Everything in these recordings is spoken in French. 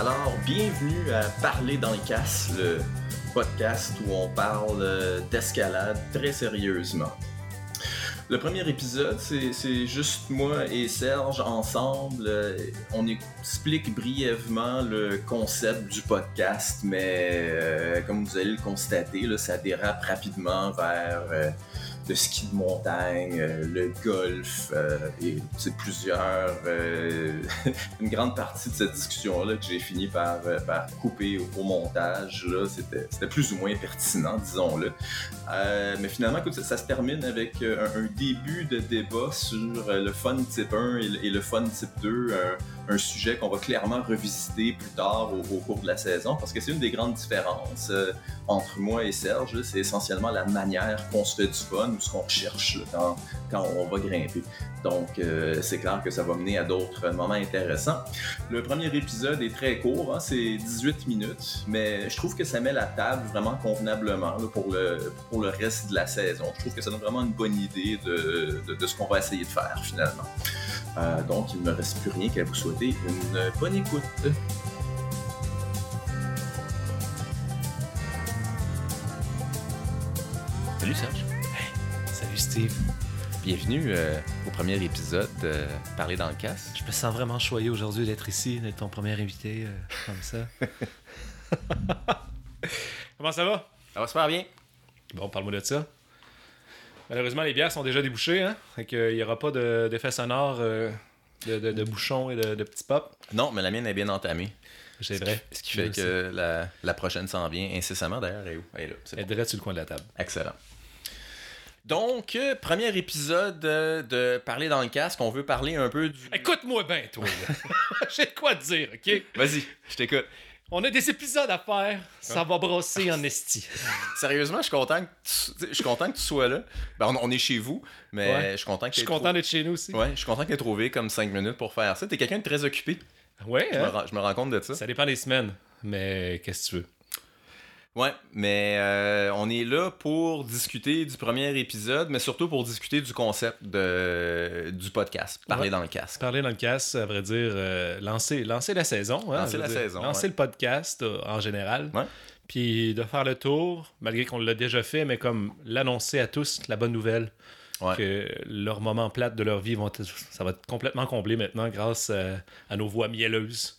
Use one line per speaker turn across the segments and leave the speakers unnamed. Alors, bienvenue à Parler dans les casses, le podcast où on parle euh, d'escalade très sérieusement. Le premier épisode, c'est c'est juste moi et Serge ensemble. euh, on explique brièvement le concept du podcast, mais euh, comme vous allez le constater, là, ça dérape rapidement vers euh, le ski de montagne, euh, le golf euh, et c'est plusieurs euh, une grande partie de cette discussion-là que j'ai fini par, euh, par couper au, au montage. là. C'était c'était plus ou moins pertinent, disons-le. Euh, mais finalement, écoute, ça, ça se termine avec euh, un, un début de débat sur euh, le fun type 1 et, le- et le fun type 2, euh, un sujet qu'on va clairement revisiter plus tard au, au cours de la saison, parce que c'est une des grandes différences euh, entre moi et Serge, là, c'est essentiellement la manière qu'on se fait du fun ou ce qu'on recherche là, quand, quand on va grimper. Donc, euh, c'est clair que ça va mener à d'autres moments intéressants. Le premier épisode est très court, hein, c'est 18 minutes, mais je trouve que ça met la table vraiment convenablement là, pour, le, pour le reste de la saison. Je trouve que ça donne vraiment une bonne idée de, de- de ce qu'on va essayer de faire finalement. Euh, donc, il ne me reste plus rien qu'à vous souhaiter une bonne écoute.
Salut Serge.
Salut Steve.
Bienvenue euh, au premier épisode de Parler dans le casque.
Je me sens vraiment choyé aujourd'hui d'être ici, d'être ton premier invité euh, comme ça. Comment ça va?
Ça va super bien.
Bon, parle-moi de ça. Malheureusement, les bières sont déjà débouchées, hein? Fait qu'il n'y aura pas de- d'effet sonore euh, de, de- de bouchons et de, de petits pop.
Non, mais la mienne est bien entamée.
C'est vrai.
Ce qui fait que la, la prochaine s'en vient incessamment d'ailleurs. Elle est où? Elle est là. C'est bon.
Elle dirait sur le coin de la table.
Excellent. Donc, euh, premier épisode euh, de Parler dans le casque. On veut parler un peu du.
Écoute-moi bien, toi. là. J'ai de quoi te dire, OK?
Vas-y, je t'écoute.
On a des épisodes à faire. Ça va brosser en esti.
Sérieusement, je suis content que tu, tu sais, je suis content que tu sois là. Ben, on, on est chez vous, mais
Ouais.
je suis content que
Je suis
t'aies trou-
content d'être chez nous aussi.
Ouais, je suis content que t'aies trouvé comme 5 minutes pour faire ça. T'es quelqu'un de très occupé.
Ouais,
Je,
hein?
me, rends- je me rends compte de ça.
Ça dépend des semaines, mais qu'est-ce que tu veux?
Ouais, mais euh, on est là pour discuter du premier épisode, mais surtout pour discuter du concept de, du podcast, parler
Ouais.
dans le casque.
Parler dans le casque, à vrai dire, euh, lancer, lancer la saison. hein,
Lancer
je veux
la
dire.
saison,
Lancer
ouais.
le podcast euh, en général.
Ouais.
Puis de faire le tour, malgré qu'on l'a déjà fait, mais comme l'annoncer à tous, la bonne nouvelle.
Ouais.
Que leur moment plate de leur vie, vont être- ça va être complètement comblé maintenant grâce euh, à nos voix mielleuses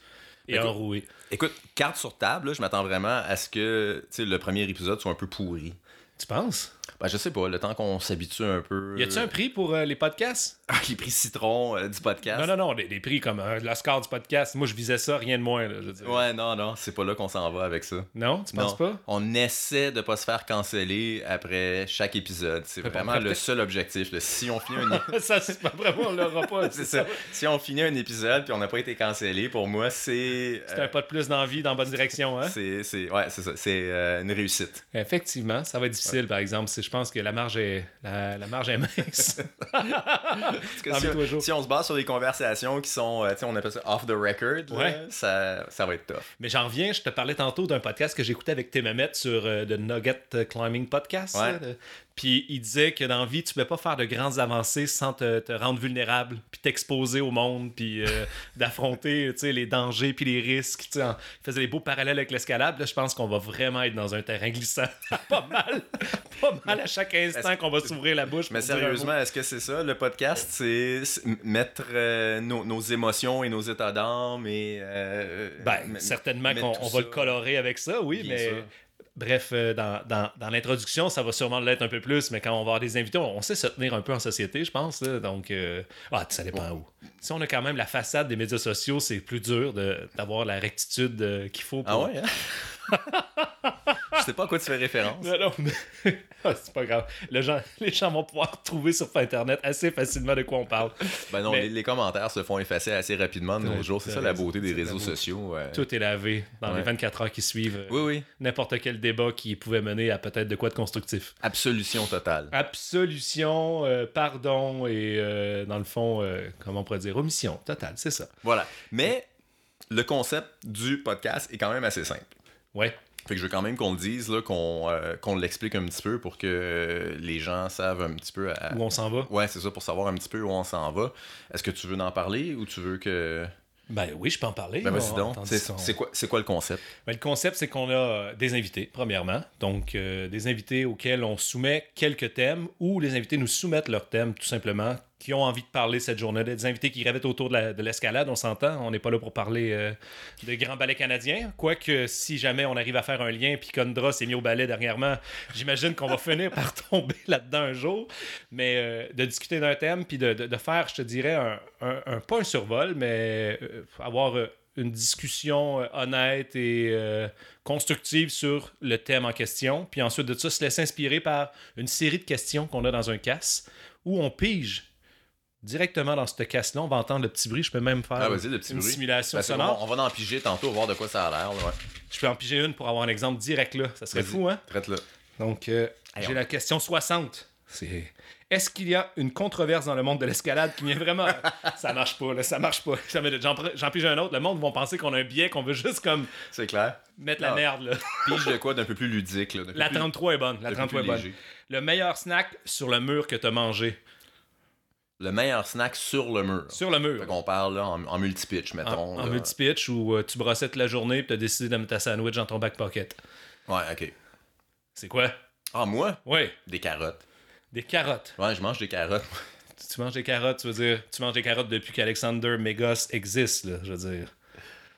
et
Écoute.
enrouées.
Écoute, carte sur table, là, je m'attends vraiment à ce que tu sais, le premier épisode soit un peu pourri.
Tu penses?
Ben, je sais pas, le temps qu'on s'habitue un peu.
Y a-tu un prix pour euh, les podcasts?
Ah, les prix citron euh, du podcast.
Non, non, non, des, des prix comme euh, le score du podcast. Moi, je visais ça, rien de moins. là, je veux dire.
Ouais, non, non, c'est pas là qu'on s'en va avec ça.
Non, tu penses
Non.
pas?
On essaie de pas se faire canceller après chaque épisode. C'est
Mais bon,
vraiment
après,
le
peut-être-
seul objectif. là. Si on finit un
ça, c'est pas vraiment, on l'aura pas.
c'est ça. Si on finit un épisode puis on n'a pas été cancellé, pour moi, c'est.
C'est un pas de plus d'envie dans la bonne direction,
euh,
hein?
c'est, c'est- ouais, c'est ça. C'est euh, une réussite.
Effectivement, ça va être difficile, par exemple. C'est- Je pense que la marge est, la, la marge est mince.
Parce que
Dans
si,
mes trois
on,
jours.
si on se base sur des conversations qui sont, euh, tu sais, on appelle ça off the record, là,
Ouais.
ça, ça va être tough.
Mais j'en reviens, je te parlais tantôt d'un podcast que j'écoutais avec Tim Hamet sur euh, le Nugget Climbing Podcast.
Ouais.
là, le- Puis il disait que dans la vie, tu ne peux pas faire de grandes avancées sans te, te rendre vulnérable, puis t'exposer au monde, puis euh, d'affronter tu sais, les dangers, puis les risques. tu sais, en- Il faisait des beaux parallèles avec l'escalade. Là, je pense qu'on va vraiment être dans un terrain glissant. pas mal. Pas mal à chaque instant qu'on va s'ouvrir la bouche.
Mais
pour dire un mot.
sérieusement, est-ce que c'est ça le podcast C'est c'est m- mettre euh, nos, nos émotions et nos états d'âme et. euh,
Ben,
m-
certainement
mais
qu'on
tout
on va
ça-
le colorer avec ça, oui,
Bien
mais
sûr.
bref, euh, dans, dans- dans l'introduction, ça va sûrement l'être un peu plus, mais quand on va avoir des invités, on, on sait se tenir un peu en société, je pense. là, donc, euh, ah, ça dépend où. Si on a quand même la façade des médias sociaux, c'est plus dur de- d'avoir la rectitude euh, qu'il faut. Pour...
Ah ouais, hein? Je sais pas à quoi tu fais référence.
Non, non, mais- Ah, c'est pas grave. Le gens- les gens vont pouvoir trouver sur Internet assez facilement de quoi on parle.
Ben non,
Mais-
les, les commentaires se font effacer assez rapidement de
Ouais,
nos jours. C'est
t'as
ça la
raison,
beauté des
c'est la
réseaux
beauté.
sociaux. euh.
Tout est lavé dans
Ouais.
les 24 heures qui suivent. euh,
Oui, oui.
N'importe quel débat qui pouvait mener à peut-être de quoi de constructif.
Absolution totale.
Absolution, euh, pardon et euh, dans le fond, euh, comment on pourrait dire, omission totale, c'est ça.
Voilà. Mais le concept du podcast est quand même assez simple.
Ouais.
Fait que je veux quand même qu'on le dise, là, qu'on euh, qu'on l'explique un petit peu pour que euh, les gens savent un petit peu. à-
Où on s'en va.
Ouais, c'est ça, pour savoir un petit peu où on s'en va. Est-ce que tu veux en parler ou tu veux que.
Ben oui, je peux en parler.
Ben vas-y
On-
donc.
tandis
C'est
qu'on-
c'est quoi, c'est quoi le concept?
Ben, le concept, c'est qu'on a euh, des invités, premièrement. Donc, euh, des invités auxquels on soumet quelques thèmes ou les invités nous soumettent leurs thèmes, tout simplement, qui ont envie de parler cette journée-là. Des invités qui gravitent autour de la- de l'escalade, on s'entend. On n'est pas là pour parler euh, de grands ballets canadiens. Quoique, si jamais on arrive à faire un lien, puis Condra s'est mis au ballet dernièrement, j'imagine qu'on va finir par tomber là-dedans un jour. Mais euh, de discuter d'un thème, puis de, de- de faire, je te dirais, un, un- un- pas un survol, mais euh, avoir. euh, une discussion euh, honnête et euh, constructive sur le thème en question. Puis ensuite de ça, se laisser inspirer par une série de questions qu'on a dans un casse où on pige directement dans ce casse-là. On va entendre le petit bruit. Je peux même faire
Ah, vas-y, le petit
une
bruit.
simulation
Ben, c'est-
sonore.
on, on va en piger tantôt, voir de quoi ça a l'air. là, ouais.
Je peux en piger une pour avoir un exemple direct là. Ça serait
Vas-y.
fou, hein?
Traite-le.
Donc, euh,
Allez,
j'ai
on-
la question 60. C'est est-ce qu'il y a une controverse dans le monde de l'escalade qui vient vraiment. euh, ça marche pas, là, ça marche pas. Ça m'est- J'en pre- j'en pige un autre. Le monde vont penser qu'on a un biais, qu'on veut juste comme
C'est clair.
mettre la
Ah.
merde, là.
Pige de quoi d'un peu plus ludique. Là, d'un peu
La
plus-
33 est bonne.
d'un
La
peu
33 est
plus
bonne.
léger.
Le meilleur snack sur le mur que t'as mangé.
Le meilleur snack sur le mur.
Sur le
Fait
mur.
qu'on parle là, en, en multi-pitch,
En,
mettons.
en
là.
multi-pitch où euh, tu brossais toute la journée et t'as décidé de mettre ta sandwich dans ton back pocket.
Ouais, ok.
C'est quoi?
Ah, moi,
Oui,
des carottes.
des carottes.
Ouais, je mange des carottes.
Tu- Tu manges des carottes, tu veux dire, tu manges des carottes depuis qu'Alexander Megos existe, là, je veux dire.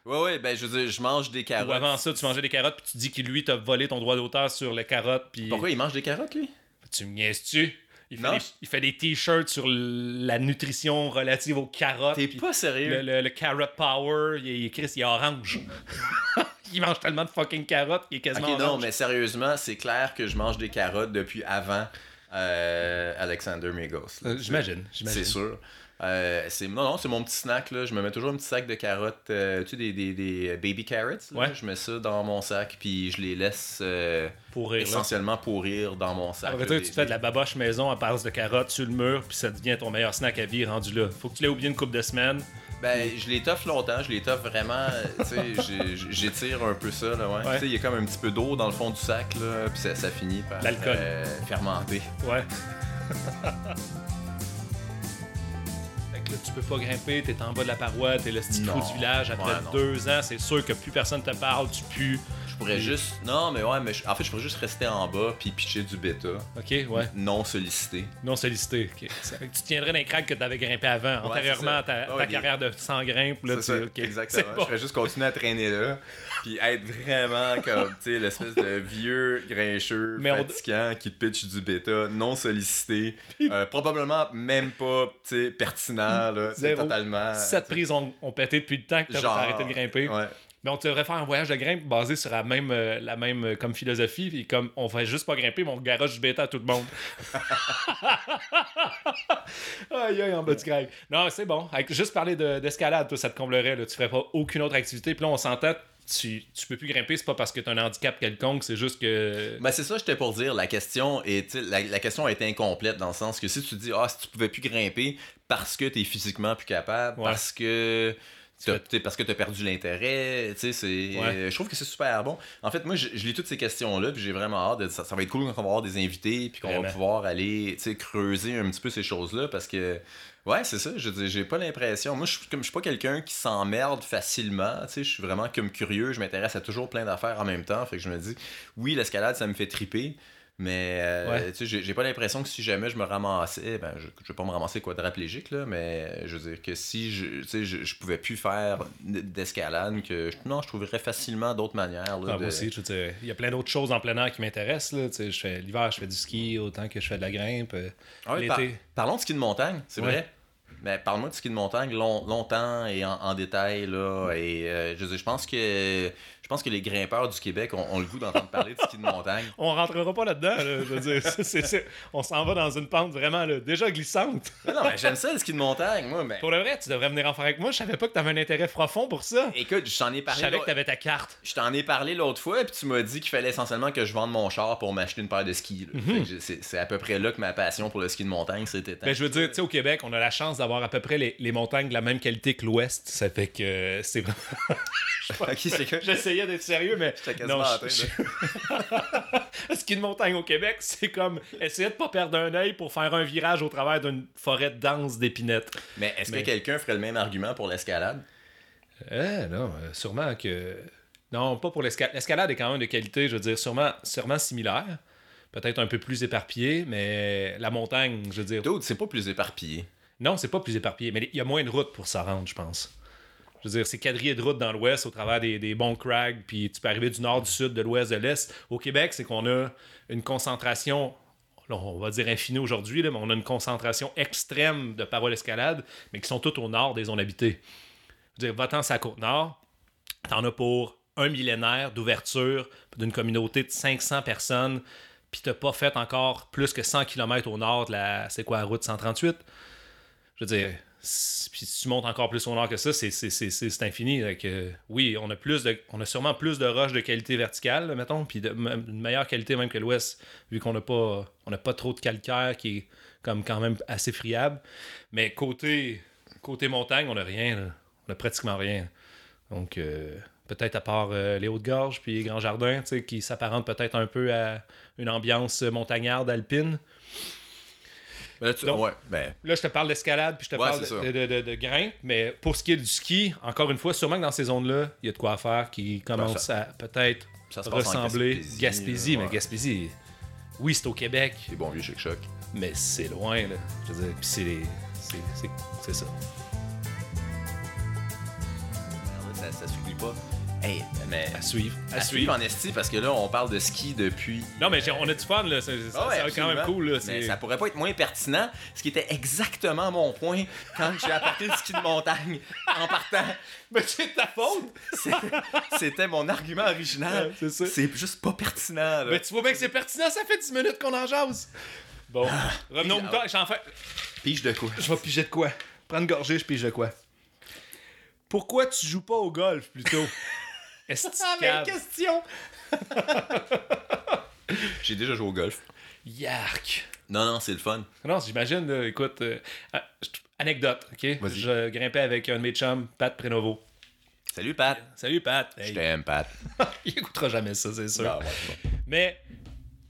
Ouais, ouais, ben je veux dire, je mange des
Ou
carottes.
avant ça, tu mangeais des carottes puis tu dis qu'il lui t'a volé ton droit d'auteur sur les carottes puis
Pourquoi il mange des carottes, lui
tu me niaises-tu il fait,
Non.
des, il fait des t-shirts sur la nutrition relative aux carottes.
T'es
puis
pas sérieux
le, le- le carrot power, il est, il est- Chris, il est orange. il mange tellement de fucking carottes qu'il est
Ok,
quasiment
non,
orange.
mais sérieusement, c'est clair que je mange des carottes depuis avant euh, Alexander Migos. là.
Euh, J'imagine, j'imagine.
C'est sûr. Euh, c'est- non, non, c'est mon petit snack. Là. Je me mets toujours un petit sac de carottes. euh, tu sais, des, des, des baby carrots. là.
Ouais.
Je mets ça dans mon sac, puis je les laisse euh,
Pour rire, là.
essentiellement pourrir dans mon sac.
Après
là,
ça,
des-
tu te fais de la baboche maison à base de carottes sur le mur, puis ça devient ton meilleur snack à vie rendu là. Faut que tu l'aies oublié une couple de semaines.
Ben, je l'étoffe longtemps, je l'étoffe vraiment, euh, tu sais, j'ai- j'ai- j'étire un peu ça, là, ouais.
Ouais.
Tu sais, il y a comme un petit peu d'eau dans le fond du sac, là, puis ça, ça finit par
L'alcool.
euh, fermenter.
Ouais. fait que là, tu peux pas grimper, t'es en bas de la paroi, t'es le petit
Non.
trou du village. Après
Ouais, non.
deux ans, c'est sûr que plus personne te parle, tu pues.
Je pourrais juste, non, mais ouais, mais je- en fait, je pourrais juste rester en bas puis pitcher du bêta,
Ok, ouais.
non sollicité.
Non sollicité. ok. Ça fait que tu tiendrais dans les cracks que t'avais grimpé avant,
Ouais,
antérieurement à
c'est ça.
ta,
Ouais,
ta
des-
carrière de sans grimpe. Là,
C'est
tu-
ça,
ok.
exactement.
C'est bon.
Je pourrais juste continuer à traîner là, puis être vraiment comme, tu sais, l'espèce de vieux grincheux
Mais on-
fatigant qui te pitche du bêta, non sollicité, euh, probablement même pas, tu sais, pertinent, là, tu sais,
Zéro.
totalement...
Sept prises ont, ont pété depuis le temps que t'as
euh, Genre,
arrêté de grimper.
Ouais.
Mais on te devrait faire un voyage de grimpe basé sur la même, euh, la même euh, comme philosophie. Puis comme on fait juste pas grimper, mais on garoche du bêta à tout le monde. aïe, aïe, en bas du grave. Non, c'est bon. Avec- juste parler de- d'escalade, toi, ça te comblerait. Là. Tu ferais pas aucune autre activité. Puis là, on s'entend, tu, tu peux plus grimper. C'est pas parce que t'as un handicap quelconque. C'est juste que.
Ben c'est ça, j'étais pour dire. La question est, tu sais, la, la question est incomplète dans le sens que si tu dis, ah, si tu pouvais plus grimper parce que t'es physiquement plus capable,
Ouais.
parce que. t'as-
fais-
t'sais, parce que t'as perdu l'intérêt, tu sais, c'est.
Ouais.
Je trouve que c'est super bon. En fait, moi, je, je lis toutes ces questions-là, puis j'ai vraiment hâte. De, ça, ça va être cool quand on va avoir des invités, puis qu'on va
Vraiment.
pouvoir aller, tu sais, creuser un petit peu ces choses-là, parce que. Ouais, c'est ça. Je veux dire, j'ai pas l'impression. Moi, je suis comme je suis pas quelqu'un qui s'emmerde facilement. Tu sais, je suis vraiment comme curieux. Je m'intéresse à toujours plein d'affaires en même temps. Fait que je me dis, oui, l'escalade, ça me fait triper. Mais euh,
Ouais.
tu sais, j'ai- j'ai pas l'impression que si jamais je me ramassais, ben je, je vais pas me ramasser quadraplégique là, mais je veux dire que si je, tu sais, je, je pouvais plus faire d'escalade, que je- non, je trouverais facilement d'autres manières. Là,
Ah,
de-
moi aussi, je veux dire, il y a plein d'autres choses en plein air qui m'intéressent. là. Tu sais, je fais- L'hiver, je fais du ski autant que je fais de la grimpe. euh,
Ah oui,
L'été.
par- parlons de ski de montagne, c'est
Ouais.
vrai. Mais parle-moi de ski de montagne long- longtemps et en, en détail là. Et euh, je, veux dire, je pense que je pense que les grimpeurs du Québec ont, ont le goût d'entendre parler de ski de montagne.
On rentrera pas là-dedans. là. je veux dire, c'est- c'est- c'est- on s'en va dans une pente vraiment là, déjà glissante.
Mais non, mais j'aime ça le ski de montagne, moi. ben, Mais
Pour le vrai, tu devrais venir en faire avec moi. Je savais pas que t'avais un intérêt profond pour ça.
écoute, j'en ai
Je
parlé.
savais
l'autre-
que t'avais ta carte.
Je t'en ai parlé l'autre fois, puis tu m'as dit qu'il fallait essentiellement que je vende mon char pour m'acheter une paire de skis.
Mhm.
là. Fait que j'ai- C'est c'est à peu près là que ma passion pour le ski de montagne s'est éteinte.
Ben, je veux dire, tu sais, au Québec, on a la chance d'avoir à peu près les, les montagnes de la même qualité que l'Ouest. Ça fait que euh, c'est vraiment.
Ok, c'est que
J'essayais d'être sérieux, mais.
j'étais quasiment
Non,
en train
je- je- ski de montagne au Québec, c'est comme essayer de pas perdre un œil pour faire un virage au travers d'une forêt dense d'épinettes.
Mais est-ce
Mais-
que quelqu'un ferait le même argument pour l'escalade?
Eh, non, euh, sûrement que. Non, pas pour l'escalade. L'escalade est quand même de qualité, je veux dire, sûrement, sûrement similaire. Peut-être un peu plus éparpillé, mais la montagne, je veux dire.
D'autres, c'est pas plus éparpillé.
Non, c'est pas plus éparpillé, mais il y a moins de routes pour s'en rendre, je pense. Je veux dire, c'est quadrillé de routes dans l'ouest au travers des, des bons crags, puis tu peux arriver du nord, du sud, de l'ouest, de l'est. Au Québec, c'est qu'on a une concentration, là, on va dire infinie aujourd'hui, là, mais on a une concentration extrême de paroles escalade, mais qui sont toutes au nord des zones habitées. Je veux dire, va-t'en sur la côte nord, t'en as pour un millénaire d'ouverture d'une communauté de 500 personnes, puis t'as pas fait encore plus que 100 km au nord de la, c'est quoi, la route 138? Je veux dire, si- puis si tu montes encore plus au nord que ça, c'est, c'est, c'est, c'est- c'est infini. Donc, euh, oui, on a, plus de, on a sûrement plus de roches de qualité verticale, mettons, puis de, m- une meilleure qualité même que l'ouest, vu qu'on n'a pas, on n'a pas trop de calcaire qui est comme quand même assez friable. Mais côté, côté montagne, on n'a rien. là. On n'a pratiquement rien. Donc, euh, peut-être à part euh, les Hautes-Gorges puis les Grands Jardins, tu sais, qui s'apparentent peut-être un peu à une ambiance montagnarde alpine.
Mais là, tu-
Donc-
ouais, ben,
Là, je te parle d'escalade, puis je te
Ouais,
parle
c'est ça.
de, de, de- de grimpe, mais pour ce qui est du ski, encore une fois, sûrement que dans ces zones-là, il y a de quoi à faire qui commence à peut-être
ça se passe en
ressembler.
Gaspésie.
Gaspésie,
là,
mais
ouais.
Gaspésie, oui, c'est au Québec,
Les bons vieux chic-choc.
mais c'est loin, là. Je veux dire, puis c'est les- c'est- c'est- c'est ça.
Ah Ça, ça s'oublie pas. Hey, mais.
À suivre.
À suivre en esti, parce que là, on parle de ski depuis
Non, mais j'ai- on a du fun, là. C'est c'est-
Ah ouais,
c'est quand même
absolument.
cool, là.
Mais
c'est-
ça pourrait pas être moins pertinent, ce qui était exactement mon point quand j'ai apporté le ski de montagne en partant.
Mais c'est de ta faute!
C'est- C'était mon argument original.
Ouais, c'est ça.
C'est juste pas pertinent. là.
Mais tu vois bien que c'est pertinent, ça fait 10 minutes qu'on en jase! Bon,
Ah.
revenons au mouton, j'en fais...
Pige de quoi
Je vais piger de quoi? Prends une gorgée, je pige de quoi? Pourquoi tu joues pas au golf plutôt? Est-ce
Ah,
que tu cave?
question J'ai déjà joué au golf.
Yark!
Non, non, c'est le fun.
Non, j'imagine, là, écoute, euh, ah, je- anecdote, ok?
Vas-y.
Je grimpais avec un de mes chums, Pat Prénovo.
Salut Pat.
Salut Pat!
Je
Hey,
t'aime Pat.
il écoutera jamais ça, c'est sûr.
Ah, ouais, bon.
Mais,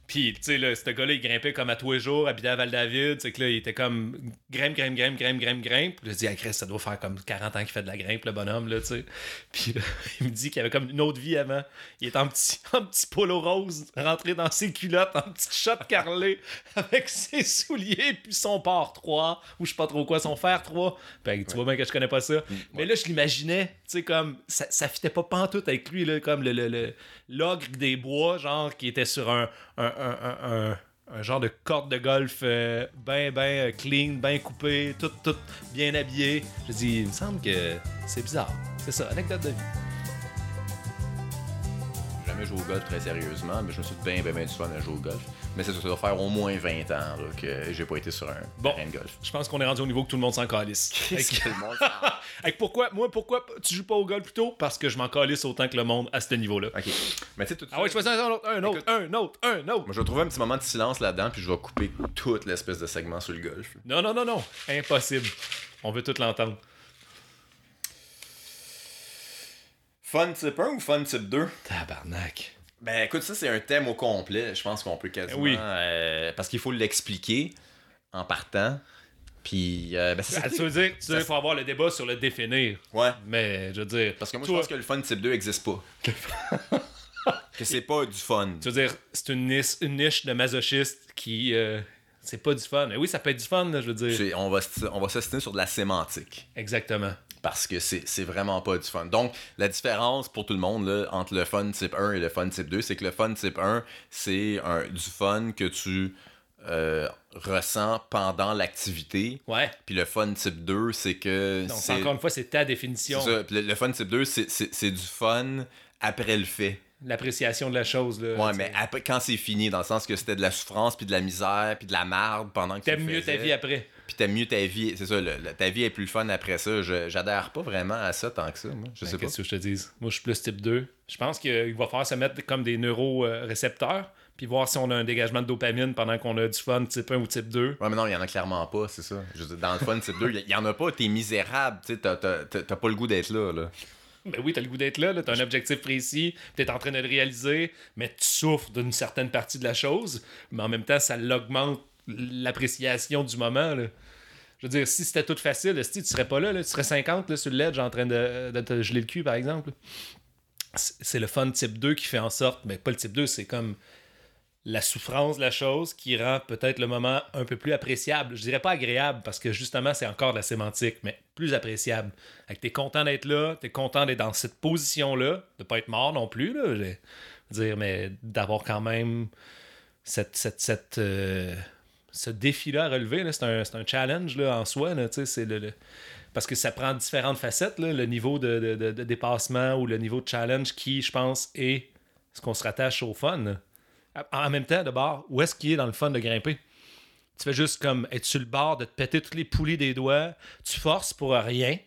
puis, tu sais, là, ce gars-là, il grimpait comme à tous les jours, habitait à Val-David. C'est que là, il était comme grimpe, grimpe, grimpe, grimpe, grimpe, grimpe. Puis, je dis, ah, Chris, ça doit faire comme 40 ans qu'il fait de la grimpe, le bonhomme, là, tu sais. Puis, là, il me dit qu'il avait comme une autre vie avant. Il était en petit, en petit polo rose, rentré dans ses culottes, en petite chatte carrelée, avec ses souliers, puis son port 3, ou je sais pas trop quoi, son fer 3. Fait que tu vois bien que je connais pas ça. Mais là, je l'imaginais, tu sais, comme, ça, ça fitait pas pantoute avec lui, là, comme le- le- le, l'ogre des bois, genre, qui était sur un, un, un- un- un- un genre de corde de golf euh, ben, ben euh, clean, ben coupé, tout, tout bien habillé. Je dis, il me semble que c'est bizarre. C'est ça, anecdote de vie.
J'ai jamais joué au golf très sérieusement, mais je me suis bien, bien, bien du fun à jouer au golf. Mais ça, ça doit faire au moins 20 ans là, que j'ai pas été sur un
Bon.
terrain de golf.
Je pense qu'on est rendu au niveau que tout le monde s'en calisse. Fait que-
que le monde s'en
fait que pourquoi, moi, pourquoi tu joues pas au golf plutôt? Parce que je m'en calisse autant que le monde à ce niveau-là.
Ok. Mais tu sais, tout ça-
Ah ouais, je choisis un autre, un autre,
Écoute-
un autre, un autre.
Moi, je vais trouver un petit moment de silence là-dedans, puis je vais couper toute l'espèce de segment sur le golf.
Non, non, non, non. Impossible. On veut tout l'entendre.
Fun type 1 ou fun type 2?
Tabarnak.
Ben écoute, ça c'est un thème au complet. Je pense qu'on peut quasiment.
Oui.
euh, parce qu'il faut l'expliquer en partant. Puis, euh, ben, c'est ça.
Ah, tu veux dire, tu veux dire, faut avoir le débat sur le définir.
Ouais.
Mais je veux dire,
Parce que moi,
toi,
je pense que le fun type 2 n'existe pas. que c'est pas du fun.
tu veux dire, c'est une niche, une niche de masochistes qui, euh, c'est pas du fun. Mais oui, ça peut être du fun, là, je veux dire.
C'est- On va, s- on va s'assiner sur de la sémantique.
Exactement.
parce que c'est c'est vraiment pas du fun. Donc, la différence pour tout le monde là, entre le fun type 1 et le fun type 2, c'est que le fun type 1, c'est un- du fun que tu euh, ressens pendant l'activité.
Ouais.
Puis le fun type 2, c'est que.
Donc,
c'est-
encore une fois, c'est ta
c'est
définition,
ça. Puis le, le fun type 2, c'est- c'est c'est du fun après le fait.
l'appréciation de la chose. Là,
Ouais,
Euh, Tu
mais
sais.
après, quand c'est fini, dans le sens que c'était de la souffrance, puis de la misère, puis de la marde pendant que tu
T'aimes
le
mieux ta
faisais.
vie après.
Puis t'aimes mieux ta vie. C'est ça, le- le- ta vie est plus fun après ça. Je- J'adhère pas vraiment à ça tant que ça. Moi. Je
Ben,
sais pas.
Qu'est-ce que je te dis? Moi, je suis plus type 2. Je pense qu'il va falloir se mettre comme des neurorécepteurs, puis voir si on a un dégagement de dopamine pendant qu'on a du fun type 1 ou type 2.
Ouais, mais non, il y en a clairement pas, c'est ça. Je veux dire, dans le fun type 2, il y- y en a pas, t'es misérable, tu sais, t'as- t'as t'as- t'as pas le goût d'être là, là.
Ben oui, t'as le goût d'être là, là t'as un objectif précis, puis t'es en train de le réaliser, mais tu souffres d'une certaine partie de la chose, mais en même temps, ça l'augmente l'appréciation du moment. Là. Je veux dire, si c'était tout facile, si tu serais pas là, là, tu serais 50 là, sur le ledge en train de, de te geler le cul, par exemple. C'est c'est le fun type 2 qui fait en sorte, mais pas le type 2, c'est comme la souffrance de la chose qui rend peut-être le moment un peu plus appréciable. Je dirais pas agréable parce que justement c'est encore de la sémantique, mais plus appréciable. Fait que t'es content d'être là, t'es content d'être dans cette position-là, de pas être mort non plus, là, je veux dire, mais d'avoir quand même cette, cette, cette, euh, ce défi-là à relever. là. C'est un, c'est un challenge là, en soi, là, tu sais, c'est le- le, parce que ça prend différentes facettes, là, le niveau de, de- de- de dépassement ou le niveau de challenge qui, je pense, est ce qu'on se rattache au fun. En en même temps, de bord, où est-ce qu'il est dans le fun de grimper? Tu fais juste comme être sur le bord, de te péter toutes les poulies des doigts, tu forces pour rien.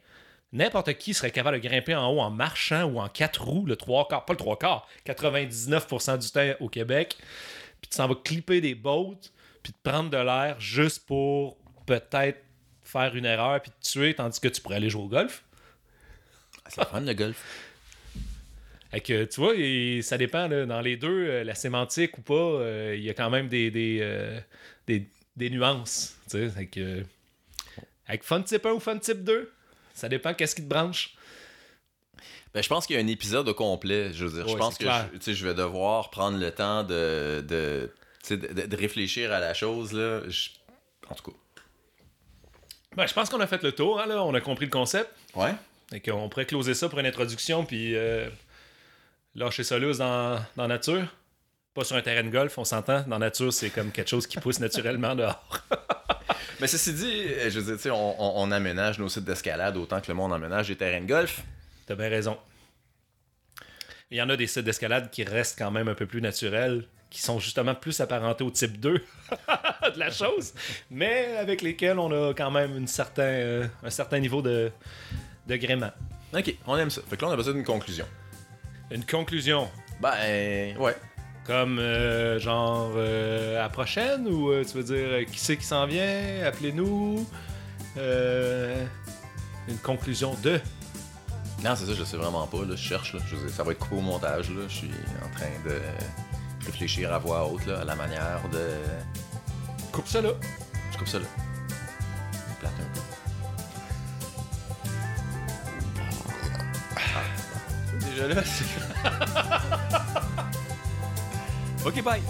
N'importe qui serait capable de grimper en haut en marchant ou en quatre roues, le trois quarts, pas le trois quarts, 99% du temps au Québec. Puis tu s'en vas clipper des bottes, puis te prendre de l'air juste pour peut-être faire une erreur puis te tuer, tandis que tu pourrais aller jouer au golf.
Ah, C'est le fun le golf.
Fait que, tu vois, et ça dépend, là, dans les deux, euh, la sémantique ou pas, euh, il y a quand même des, des, euh, des, des nuances. tu sais. Fait que, avec Fun Type 1 ou Fun Type 2, ça dépend qu'est-ce qui te branche.
Ben, je pense qu'il y a un épisode au complet. Je veux dire, je
Ouais,
pense
c'est
que
clair.
je, tu sais, je vais devoir prendre le temps de, de, tu sais, de, de- de réfléchir à la chose. Là. Je- En tout cas.
Ben, je pense qu'on a fait le tour, hein, là, on a compris le concept.
Ouais.
Et qu'on pourrait closer ça pour une introduction, puis euh, lâcher ça loose dans, dans nature. Pas sur un terrain de golf, on s'entend. Dans nature, c'est comme quelque chose qui pousse naturellement dehors.
Mais ceci dit, euh, je veux dire, tu sais, on, on- on aménage nos sites d'escalade autant que le monde aménage des terrains de golf.
T'as bien raison. Il y en a des sites d'escalade qui restent quand même un peu plus naturels, qui sont justement plus apparentés au type 2 de la chose, mais avec lesquels on a quand même une certain, euh, un certain niveau de, de gréement.
Ok, on aime ça. Fait que là, on a besoin d'une conclusion.
Une conclusion,
Ben, ouais.
comme euh, genre euh, à prochaine, ou euh, tu veux dire euh, qui c'est qui s'en vient, appelez-nous. Euh, une conclusion de.
Non, c'est ça, je sais vraiment pas. Là, je cherche. Là, je veux dire, ça va être coupé au montage. Là. Je suis en train de réfléchir à voix haute là, à la manière de.
Coupe ça là!
Je coupe ça là. Plate un peu. Ah. Déjà là, c'est. ok, bye!